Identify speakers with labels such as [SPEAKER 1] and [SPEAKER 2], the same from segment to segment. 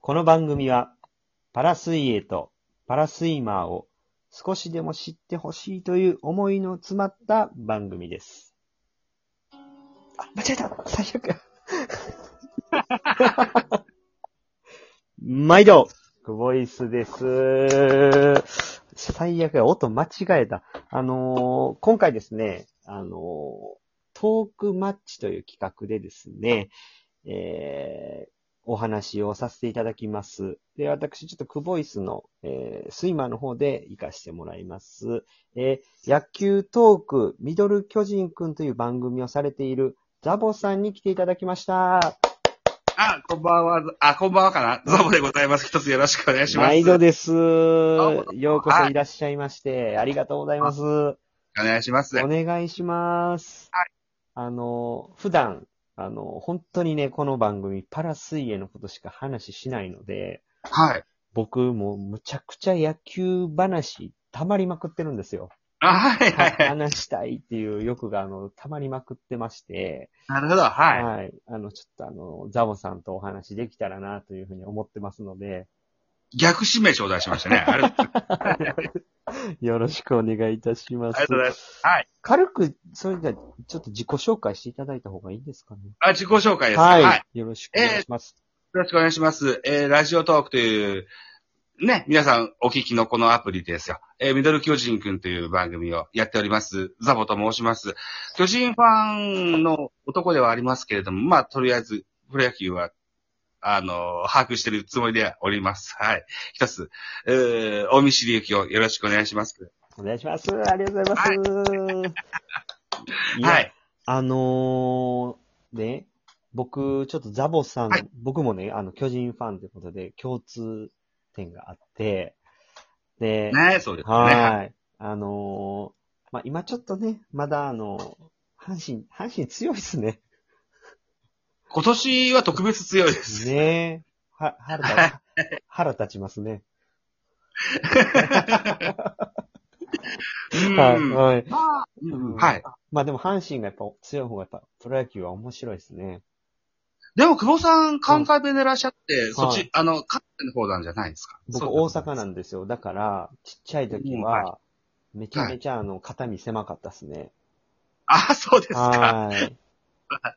[SPEAKER 1] この番組は、パラ水泳とパラスイマーを少しでも知ってほしいという思いの詰まった番組です。あ、間違えた最悪 毎度クボイスです。最悪や、音間違えた。あのー今回ですね、あのートークマッチという企画でですね、えーお話をさせていただきます。で、私、ちょっとクボイスの、えースイマーの方で活かしてもらいます。えー野球トーク、ミドル巨人くんという番組をされているザボさんに来ていただきました。
[SPEAKER 2] あ、こんばんは、あ、こんばんはかな。どうもでございます。一つよろしくお願いします。
[SPEAKER 1] 毎度です。よ
[SPEAKER 2] ど
[SPEAKER 1] うこそいらっしゃいまして、ありがとうございます。
[SPEAKER 2] お願いします。
[SPEAKER 1] お願いします。あの、普段、あの、本当にね、この番組、パラ水泳のことしか話しないので、
[SPEAKER 2] はい。
[SPEAKER 1] 僕もうむちゃくちゃ野球話、溜まりまくってるんですよ。
[SPEAKER 2] あ、はい、はい、はい。
[SPEAKER 1] 話したいっていう欲が、あの、溜まりまくってまして、
[SPEAKER 2] なるほど、はい。
[SPEAKER 1] はい。あの、ちょっとあの、ザボさんとお話できたらな、というふうに思ってますの で、
[SPEAKER 2] 逆指名頂戴しましたね。ありありがとう
[SPEAKER 1] よろしくお願いいたします。
[SPEAKER 2] ございます。はい。
[SPEAKER 1] 軽く、それじゃあ、ちょっと自己紹介していただいた方がいいですかね。
[SPEAKER 2] あ、自己紹介です。
[SPEAKER 1] はい、
[SPEAKER 2] はい。よ
[SPEAKER 1] よろしくお願いします。
[SPEAKER 2] ろしくお願いします。えー、ラジオトークという、ね、皆さんお聞きのこのアプリですよ。えー、ミドル巨人くんという番組をやっております。ザボと申します。巨人ファンの男ではありますけれども、まあ、とりあえず、プロ野球は、あの、把握してるつもりでおります。はい。一つ、えー、大見知り行きをよろしくお願いします。
[SPEAKER 1] お願いします。ありがとうございます。いや
[SPEAKER 2] はい。
[SPEAKER 1] あのー、ね、僕、ちょっとザボさん、
[SPEAKER 2] はい
[SPEAKER 1] 僕もね、あの、巨人ファンということで、共通点があって、で、
[SPEAKER 2] ね、そうですね。
[SPEAKER 1] は。
[SPEAKER 2] はい
[SPEAKER 1] あのー、まあ、今ちょっとね、まだあの、阪神、阪神強いです ね。
[SPEAKER 2] い今年は特別強いです。
[SPEAKER 1] ねえ。は、腹立ち、腹立ちますね。
[SPEAKER 2] うん
[SPEAKER 1] はい、はい。
[SPEAKER 2] まあ
[SPEAKER 1] うん
[SPEAKER 2] はい。
[SPEAKER 1] まあでも阪神がやっぱ強い方がやっぱプロ野球は面白いですね。
[SPEAKER 2] でも、久保さん、関西弁でいらっしゃって、そっ
[SPEAKER 1] は
[SPEAKER 2] ち
[SPEAKER 1] い、
[SPEAKER 2] あの、関西の方なんじゃないですか
[SPEAKER 1] 僕大阪な
[SPEAKER 2] で。
[SPEAKER 1] んですよ。だから、ちっちゃい時
[SPEAKER 2] うんは
[SPEAKER 1] は、めちゃめちゃあの、肩身狭かったっすね。
[SPEAKER 2] あ、そうですか。
[SPEAKER 1] はーい。
[SPEAKER 2] は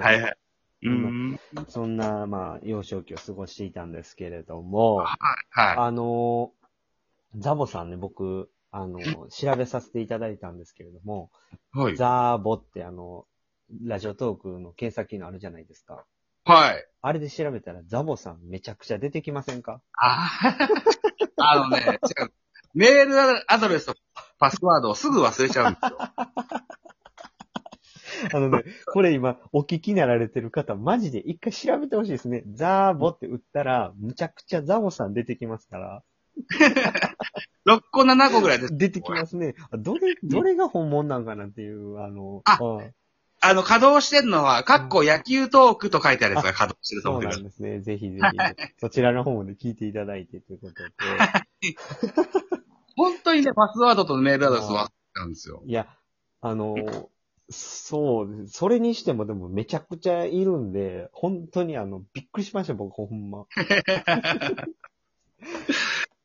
[SPEAKER 1] はい
[SPEAKER 2] はい。うん。
[SPEAKER 1] そんな、まあ、幼少期を過ごしていたんですけれども、
[SPEAKER 2] はい。はい。
[SPEAKER 1] あの、ザボさんね、僕、あの、調べさせていただいたんですけれども、
[SPEAKER 2] はい。
[SPEAKER 1] ザーボってあの、ラジオトークの検索機能あるじゃないですか。
[SPEAKER 2] はい。
[SPEAKER 1] あれで調べたらザボさんめちゃくちゃ出てきませんか
[SPEAKER 2] あ あのね、違うメールアドレスとパスワードをすぐ忘れちゃう んですよ。
[SPEAKER 1] あのね、これ今お聞きになられてる方、マジで一回調べてほしいですね。ザーボって打ったら、むちゃくちゃザボさん出てきますから、
[SPEAKER 2] 6個7個ぐらいです。
[SPEAKER 1] 出てきますね。どれ、どれが本物なんかなっていう、あの、
[SPEAKER 2] あ
[SPEAKER 1] うん
[SPEAKER 2] あの、稼働してるのは、かっこ野球トークと書いてあるやつが稼働してると
[SPEAKER 1] そ
[SPEAKER 2] 思っ
[SPEAKER 1] う
[SPEAKER 2] て
[SPEAKER 1] な
[SPEAKER 2] くださ
[SPEAKER 1] んですね。ぜひぜひ、そちらの方で聞いていただいてということで。
[SPEAKER 2] い。本当にね、パスワードとメールアドレス忘れちゃうんですよ。
[SPEAKER 1] いや、あの、そうです、それにしてもでもめちゃくちゃいるんで、本当にあの、びっくりしました、僕、ほんま。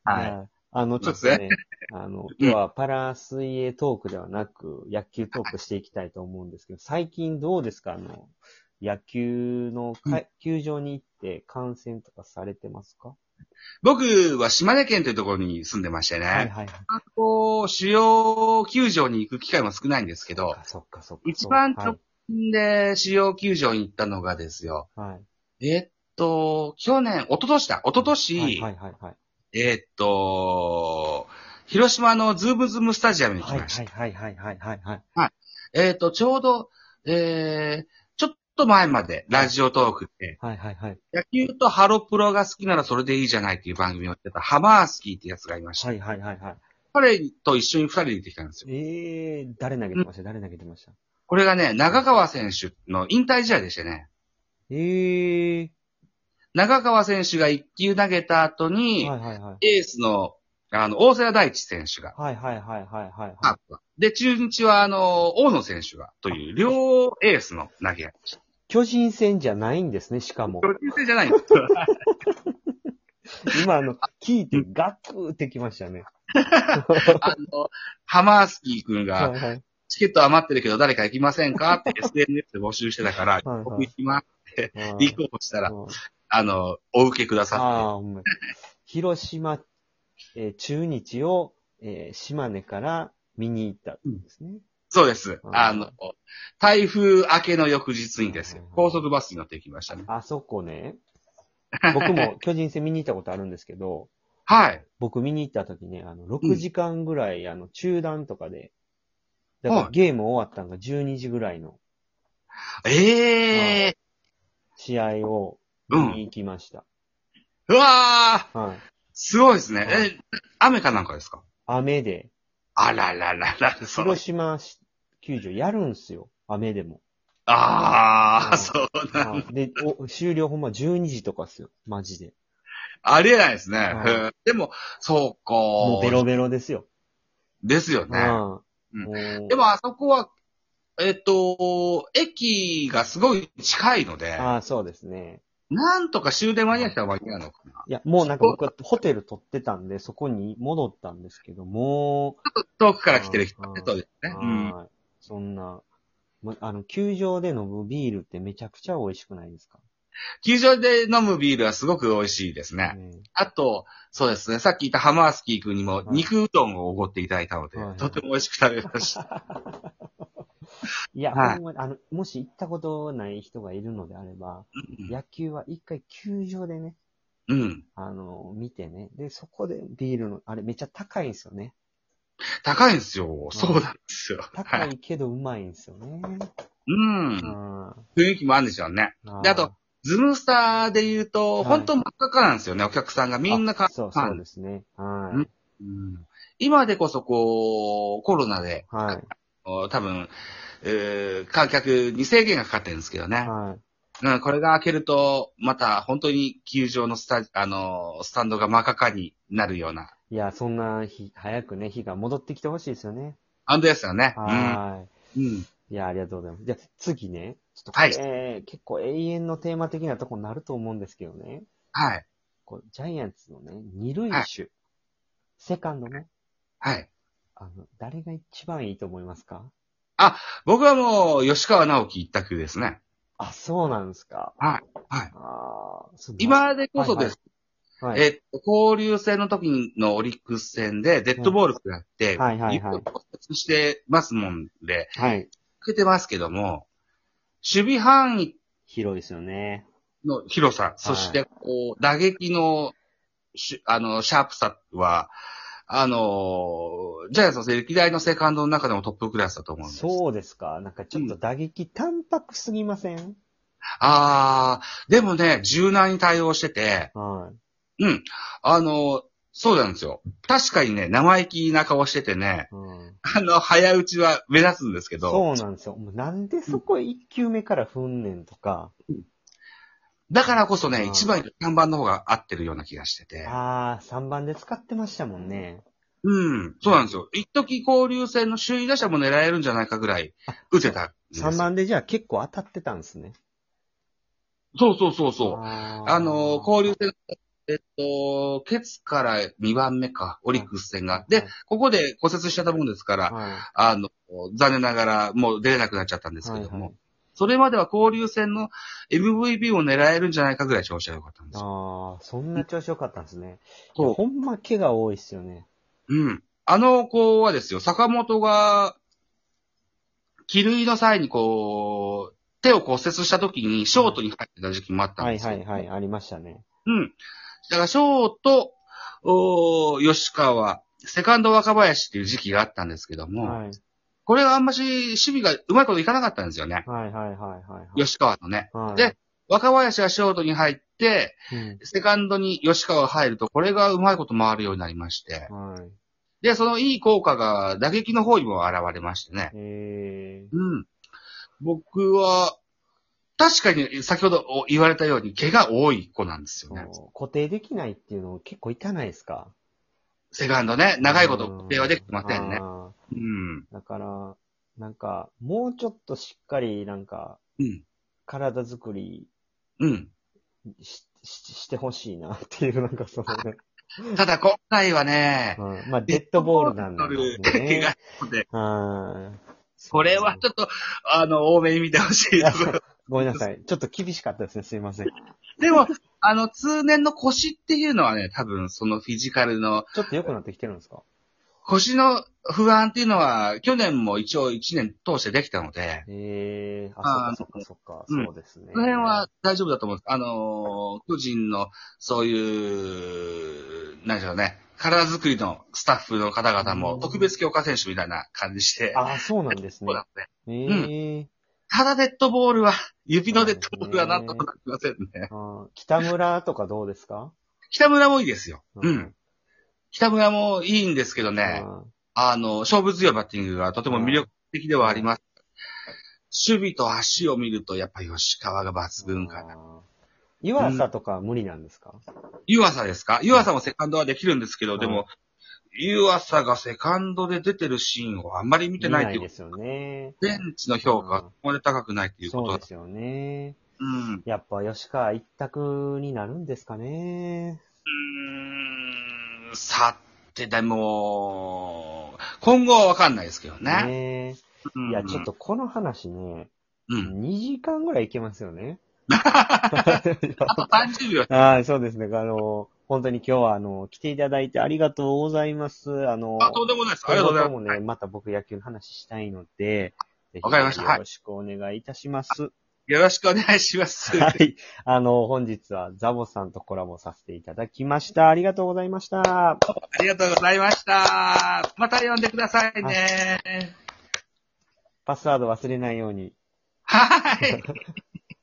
[SPEAKER 2] はい。
[SPEAKER 1] い。あの、ちょっとね、あの、今日はパラ水泳トークではなく、野球トークしていきたいと思うんですけど、最近どうですかあの、野球のか、球場に行って観戦とかされてますか
[SPEAKER 2] 僕は島根県というところに住んでましてね。
[SPEAKER 1] はいはいはい。
[SPEAKER 2] あと、主要球場に行く機会も少ないんですけど、
[SPEAKER 1] そっかそっか。
[SPEAKER 2] 一番
[SPEAKER 1] そう
[SPEAKER 2] 直近で主要球場に行ったのがですよ。
[SPEAKER 1] はい。
[SPEAKER 2] えっと、去年、一昨年だ。一昨年、
[SPEAKER 1] はいはいはいはい。
[SPEAKER 2] えっと、広島のズームズームスタジアムに来
[SPEAKER 1] はい
[SPEAKER 2] ました。
[SPEAKER 1] はいはいはいはいはいはい。
[SPEAKER 2] えっと、ちょうど、えー、ちょっと前までラジオトークで、
[SPEAKER 1] はいはいはい。
[SPEAKER 2] 野球とハロプロが好きならそれでいいじゃないっていう番組をやってたハマースキーってやつがいました。
[SPEAKER 1] はいはいはいはい。
[SPEAKER 2] 彼と一緒に二人で行ってきたんですよ。
[SPEAKER 1] ええ誰投げてました、誰投げてました
[SPEAKER 2] これがね、長川選手の引退試合でしたね。
[SPEAKER 1] ええ
[SPEAKER 2] 長川選手が1球投げた後に、
[SPEAKER 1] はいはいはい。
[SPEAKER 2] エースの、あの、大瀬良大地選手が、
[SPEAKER 1] はいはいはいはいはい、
[SPEAKER 2] カー
[SPEAKER 1] は
[SPEAKER 2] プがで、中日は、あの、大野選手が、という、両エー スの投げ合い。
[SPEAKER 1] い。巨人戦じゃないんですね、しかも。
[SPEAKER 2] 巨人戦じゃないんです。
[SPEAKER 1] 今、あの、聞いてガクーってきました ね。
[SPEAKER 2] あの、ハマースキー君
[SPEAKER 1] は
[SPEAKER 2] が、
[SPEAKER 1] い はい。
[SPEAKER 2] チケット余ってるけど誰か行きませんかって SNS で募集してたから、
[SPEAKER 1] はい
[SPEAKER 2] 僕行きます。
[SPEAKER 1] あ
[SPEAKER 2] 立候補したら、
[SPEAKER 1] ー
[SPEAKER 2] あの、お受けくださ
[SPEAKER 1] あー、ほんまに広島、えー中日を、えー島根から見に行ったんですね。
[SPEAKER 2] い。そうです。
[SPEAKER 1] うん
[SPEAKER 2] あの、台風明けの翌日にですよ
[SPEAKER 1] うん。
[SPEAKER 2] 高速バスに乗ってきましたね。
[SPEAKER 1] あそこね。僕も巨人戦見に行ったことあるんですけど、
[SPEAKER 2] はい。
[SPEAKER 1] 僕見に行った時ね、あの、6時間ぐらい、あの、中断とかで、だか
[SPEAKER 2] は
[SPEAKER 1] ら
[SPEAKER 2] い
[SPEAKER 1] ゲーム終わったのが12時ぐらいの
[SPEAKER 2] ええ
[SPEAKER 1] 試合を
[SPEAKER 2] う
[SPEAKER 1] 見
[SPEAKER 2] ん
[SPEAKER 1] に行きました。
[SPEAKER 2] ー。うわー
[SPEAKER 1] はい。
[SPEAKER 2] すごいですね。
[SPEAKER 1] は
[SPEAKER 2] え、雨かなんかですか
[SPEAKER 1] 雨で、
[SPEAKER 2] あらららら、その
[SPEAKER 1] 広、島市球場やるんすよ。雨でも。
[SPEAKER 2] あ
[SPEAKER 1] う
[SPEAKER 2] あ、
[SPEAKER 1] ん
[SPEAKER 2] そうなん
[SPEAKER 1] はいで、お終了ほんま12時とかっすよ。マジで。
[SPEAKER 2] ありえないですね。
[SPEAKER 1] うん
[SPEAKER 2] うんでも、そうか。
[SPEAKER 1] もうベロベロですよ。
[SPEAKER 2] ですよ
[SPEAKER 1] う
[SPEAKER 2] ね。
[SPEAKER 1] ん。
[SPEAKER 2] うん
[SPEAKER 1] もう
[SPEAKER 2] でも、あそこは、えっと、駅がすごい近いので、
[SPEAKER 1] ああ、そうですね。
[SPEAKER 2] なんとか終電間に合ったら間に合うのかな。
[SPEAKER 1] いや、もうなんか僕はホテル取ってたんで、そこに戻ったんですけど、も
[SPEAKER 2] 遠くから来てる人はね
[SPEAKER 1] うん
[SPEAKER 2] そうです
[SPEAKER 1] う、
[SPEAKER 2] ね。うん。
[SPEAKER 1] はいそんな、まあの、球場で飲むビールってめちゃくちゃ美味しくないですか、
[SPEAKER 2] 球場で飲むビールはすごく美味しいですね。
[SPEAKER 1] ね
[SPEAKER 2] あと、そうですね、さっき言ったハマースキー君にも
[SPEAKER 1] はい
[SPEAKER 2] 肉うどんをおごっていただいたので、
[SPEAKER 1] はい
[SPEAKER 2] とても美味しく食べま した。
[SPEAKER 1] いや、
[SPEAKER 2] はい
[SPEAKER 1] ほんまに、あの、もし行ったことない人がいるのであれば、
[SPEAKER 2] うん
[SPEAKER 1] 野球は一回球場でね、
[SPEAKER 2] うん。
[SPEAKER 1] あの、見てね。で、そこでビールの、あれめっちゃ高いんですよね。
[SPEAKER 2] 高いんですよ。そうなんですよ。
[SPEAKER 1] 高
[SPEAKER 2] はい。
[SPEAKER 1] いけどうまいんですよね。
[SPEAKER 2] うん
[SPEAKER 1] う。ん。あ
[SPEAKER 2] 雰囲気もあるんでしょうね。
[SPEAKER 1] ー
[SPEAKER 2] であと、ズムスターで言うと、
[SPEAKER 1] はい
[SPEAKER 2] 本当真っ赤なんですよね、お客さんが。みんなか
[SPEAKER 1] あそう、そうですね。はい。
[SPEAKER 2] うんうん今でこそこう、コロナで、
[SPEAKER 1] はい。
[SPEAKER 2] お多分、えー観客に制限がかかってるんですけどね。
[SPEAKER 1] はい。
[SPEAKER 2] うん、これが開けると、また本当に球場のスタ、あのー、スタンドが真っ赤かになるような、
[SPEAKER 1] いや、そんな日、早くね、日が戻ってきてほしいですよね。
[SPEAKER 2] アンドですよね。
[SPEAKER 1] は
[SPEAKER 2] うん。う
[SPEAKER 1] い。
[SPEAKER 2] ん。
[SPEAKER 1] いや、ありがとうございます。じゃあ、次ね。ちょっとこ
[SPEAKER 2] はい
[SPEAKER 1] れ、結構永遠のテーマ的なとこになると思うんですけどね。
[SPEAKER 2] はい。
[SPEAKER 1] こうジャイアンツのね、二塁手、セカンドね、
[SPEAKER 2] はい。
[SPEAKER 1] あの、誰が一番いいと思いますか
[SPEAKER 2] 僕はもう、吉川直樹一択ですね。
[SPEAKER 1] あ、そうなんですか。
[SPEAKER 2] はいはい
[SPEAKER 1] あーそう
[SPEAKER 2] 今でこそです。
[SPEAKER 1] はい
[SPEAKER 2] えっと、交流戦の時のオリックス戦で、デッドボール食らって、
[SPEAKER 1] はいはいはい
[SPEAKER 2] 指を骨折してますもんで、
[SPEAKER 1] はい。
[SPEAKER 2] 受けてますけども、守備範囲
[SPEAKER 1] 広いですよね。
[SPEAKER 2] の広さ、そして、こう、打撃のし、あの、シャープさは、あの、ジャイアンツの歴代のセカンドの中でもトップクラスだと思うんです。
[SPEAKER 1] そうですか。なんかちょっと打撃淡白すぎません、
[SPEAKER 2] あー、でもね、柔軟に対応してて、
[SPEAKER 1] はい。
[SPEAKER 2] うん、あの、そうなんですよ。確かにね、生意気な顔しててね、
[SPEAKER 1] うん
[SPEAKER 2] あの、早打ちは目立つんですけ
[SPEAKER 1] そ
[SPEAKER 2] ど、
[SPEAKER 1] うなんですよ。もうなんでそこ1球目から踏んねんとか。
[SPEAKER 2] だからこそ
[SPEAKER 1] あ
[SPEAKER 2] ね、
[SPEAKER 1] ー
[SPEAKER 2] 一番看板の方が合ってるような気がしてて。
[SPEAKER 1] ああ、3番で使ってましたもんね。
[SPEAKER 2] うん、そうなんですよ。一時交流戦の首位打者も狙えるんじゃないかぐらい、打てたんですよ。
[SPEAKER 1] 3番でじゃあ結構当たってたんですね。
[SPEAKER 2] そうそうそうそう。
[SPEAKER 1] あー
[SPEAKER 2] あのー、交流戦、えっと、ケツから2番目か、オリックス戦が。で、、ここで骨折しちゃったもんですから、
[SPEAKER 1] はい
[SPEAKER 2] あの、残念ながらもう出れなくなっちゃったんですけども、それまでは交流戦の MVP を狙えるんじゃないかぐらい調子が良かったんです
[SPEAKER 1] あ
[SPEAKER 2] よ。
[SPEAKER 1] あ、そんな調子良かったんですね。
[SPEAKER 2] そう
[SPEAKER 1] いやほんま毛が多いっすよね。
[SPEAKER 2] うん。あの子はですよ、坂本が、気類の際にこう、手を骨折した時にショートに入ってた時期もあったん
[SPEAKER 1] は
[SPEAKER 2] で
[SPEAKER 1] い
[SPEAKER 2] すよ。
[SPEAKER 1] はいはい、ありましたね。
[SPEAKER 2] うん。だからショート、おー吉川、セカンド若林っていう時期があったんですけども、
[SPEAKER 1] はい。
[SPEAKER 2] これがあんまし守備がうまいこといかなかったんですよね。
[SPEAKER 1] はいはいはいはい。
[SPEAKER 2] 吉川のね。
[SPEAKER 1] はい、
[SPEAKER 2] で若林がショートに入って、
[SPEAKER 1] うん
[SPEAKER 2] セカンドに吉川が入ると、これがうまいこと回るようになりまして、
[SPEAKER 1] はい。
[SPEAKER 2] で、そのいい効果が打撃の方にも現れましてね。
[SPEAKER 1] え
[SPEAKER 2] うん。僕は、確かに先ほどお言われたように、毛が多い子なんです
[SPEAKER 1] ー、
[SPEAKER 2] よね。
[SPEAKER 1] こう固定できないっていうの結構いかないですか
[SPEAKER 2] セカンドね、長いこと固定はできてませんね。
[SPEAKER 1] あ
[SPEAKER 2] うん。
[SPEAKER 1] ーだから、なんか、もうちょっとしっかり、なんか、
[SPEAKER 2] うん。
[SPEAKER 1] 体作り
[SPEAKER 2] うん。
[SPEAKER 1] し、ししてほしいなっていう、なんかそのね。
[SPEAKER 2] ただ今回はね、
[SPEAKER 1] うん、まあ、デッドボールなんだ
[SPEAKER 2] デ
[SPEAKER 1] よ
[SPEAKER 2] ッドボール怪我
[SPEAKER 1] ね。
[SPEAKER 2] なので、
[SPEAKER 1] うん
[SPEAKER 2] これはちょっと、あの、多めに見てほしいところ
[SPEAKER 1] ごめんなさい。ちょっと厳しかったですね。すいません。
[SPEAKER 2] でも、あの、通年の腰っていうのはね、多分そのフィジカルの、
[SPEAKER 1] ちょっと良くなってきてるんですか
[SPEAKER 2] 腰の不安っていうのは、去年も一応1年通してできたので、
[SPEAKER 1] ええあ、そっかそっかそっ
[SPEAKER 2] うん
[SPEAKER 1] か。そうですね。
[SPEAKER 2] その辺は大丈夫だと思うんです。あのー、巨人の、そういう、なんでしょうね、体作りのスタッフの方々
[SPEAKER 1] う
[SPEAKER 2] も
[SPEAKER 1] ん
[SPEAKER 2] 特別強化選手みたいな感じして、
[SPEAKER 1] ああ、そうなんです
[SPEAKER 2] そ
[SPEAKER 1] ね
[SPEAKER 2] う。だね。
[SPEAKER 1] ええ
[SPEAKER 2] ただデッドボールは、指のデッドボールはなんともなりませんね。
[SPEAKER 1] あー北村とかどうですか
[SPEAKER 2] 北村もいいですよ。うん。。北村もいいんですけどね、
[SPEAKER 1] うん
[SPEAKER 2] あの、勝負強いバッティングがとても魅力的ではあります。守備と足を見ると、やっぱ吉川が抜群かな。
[SPEAKER 1] あー湯浅とかは無理なんですか
[SPEAKER 2] 湯浅ですか湯浅もセカンドはできるんですけど、
[SPEAKER 1] うん
[SPEAKER 2] でも、湯浅がセカンドで出てるシーンをあんまり見てないっていうこ
[SPEAKER 1] ですよね。
[SPEAKER 2] と、ベンチの評価がそこまで高くないっていうこ
[SPEAKER 1] そう
[SPEAKER 2] と
[SPEAKER 1] で
[SPEAKER 2] だ。
[SPEAKER 1] すよね。
[SPEAKER 2] うん。
[SPEAKER 1] やっぱ吉川一択になるんですかね。
[SPEAKER 2] うーん、さて、でも、今後はわかんないですけどね。
[SPEAKER 1] ね
[SPEAKER 2] うん
[SPEAKER 1] いや、ちょっ。とこの話ね、
[SPEAKER 2] うん。
[SPEAKER 1] 2時間ぐらいいけますよね。
[SPEAKER 2] あと30秒。
[SPEAKER 1] はい、そうですね。あの、本当に今日は、あの、来ていただいてありがとうございます。あの、
[SPEAKER 2] あ、とんでもないです。あり
[SPEAKER 1] 今
[SPEAKER 2] がとうご
[SPEAKER 1] 後
[SPEAKER 2] ざい
[SPEAKER 1] も。
[SPEAKER 2] ます
[SPEAKER 1] ね、また僕野球の話したいので、ぜひ
[SPEAKER 2] わかりましたはい
[SPEAKER 1] よろしくお願いいたします。
[SPEAKER 2] よろしくお願いします。
[SPEAKER 1] はい。あの、本日はザボさんとコラボさせていただきました。ありがとうございました。
[SPEAKER 2] ありがとうございました。また呼んでくださいね。
[SPEAKER 1] パスワード忘れないように。
[SPEAKER 2] はい。